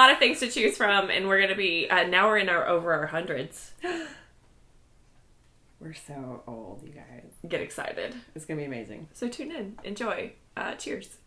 Uh, things to choose from, and we're gonna be uh, now we're in our over our hundreds. We're so old, you guys. Get excited! It's gonna be amazing. So tune in, enjoy. Uh, cheers.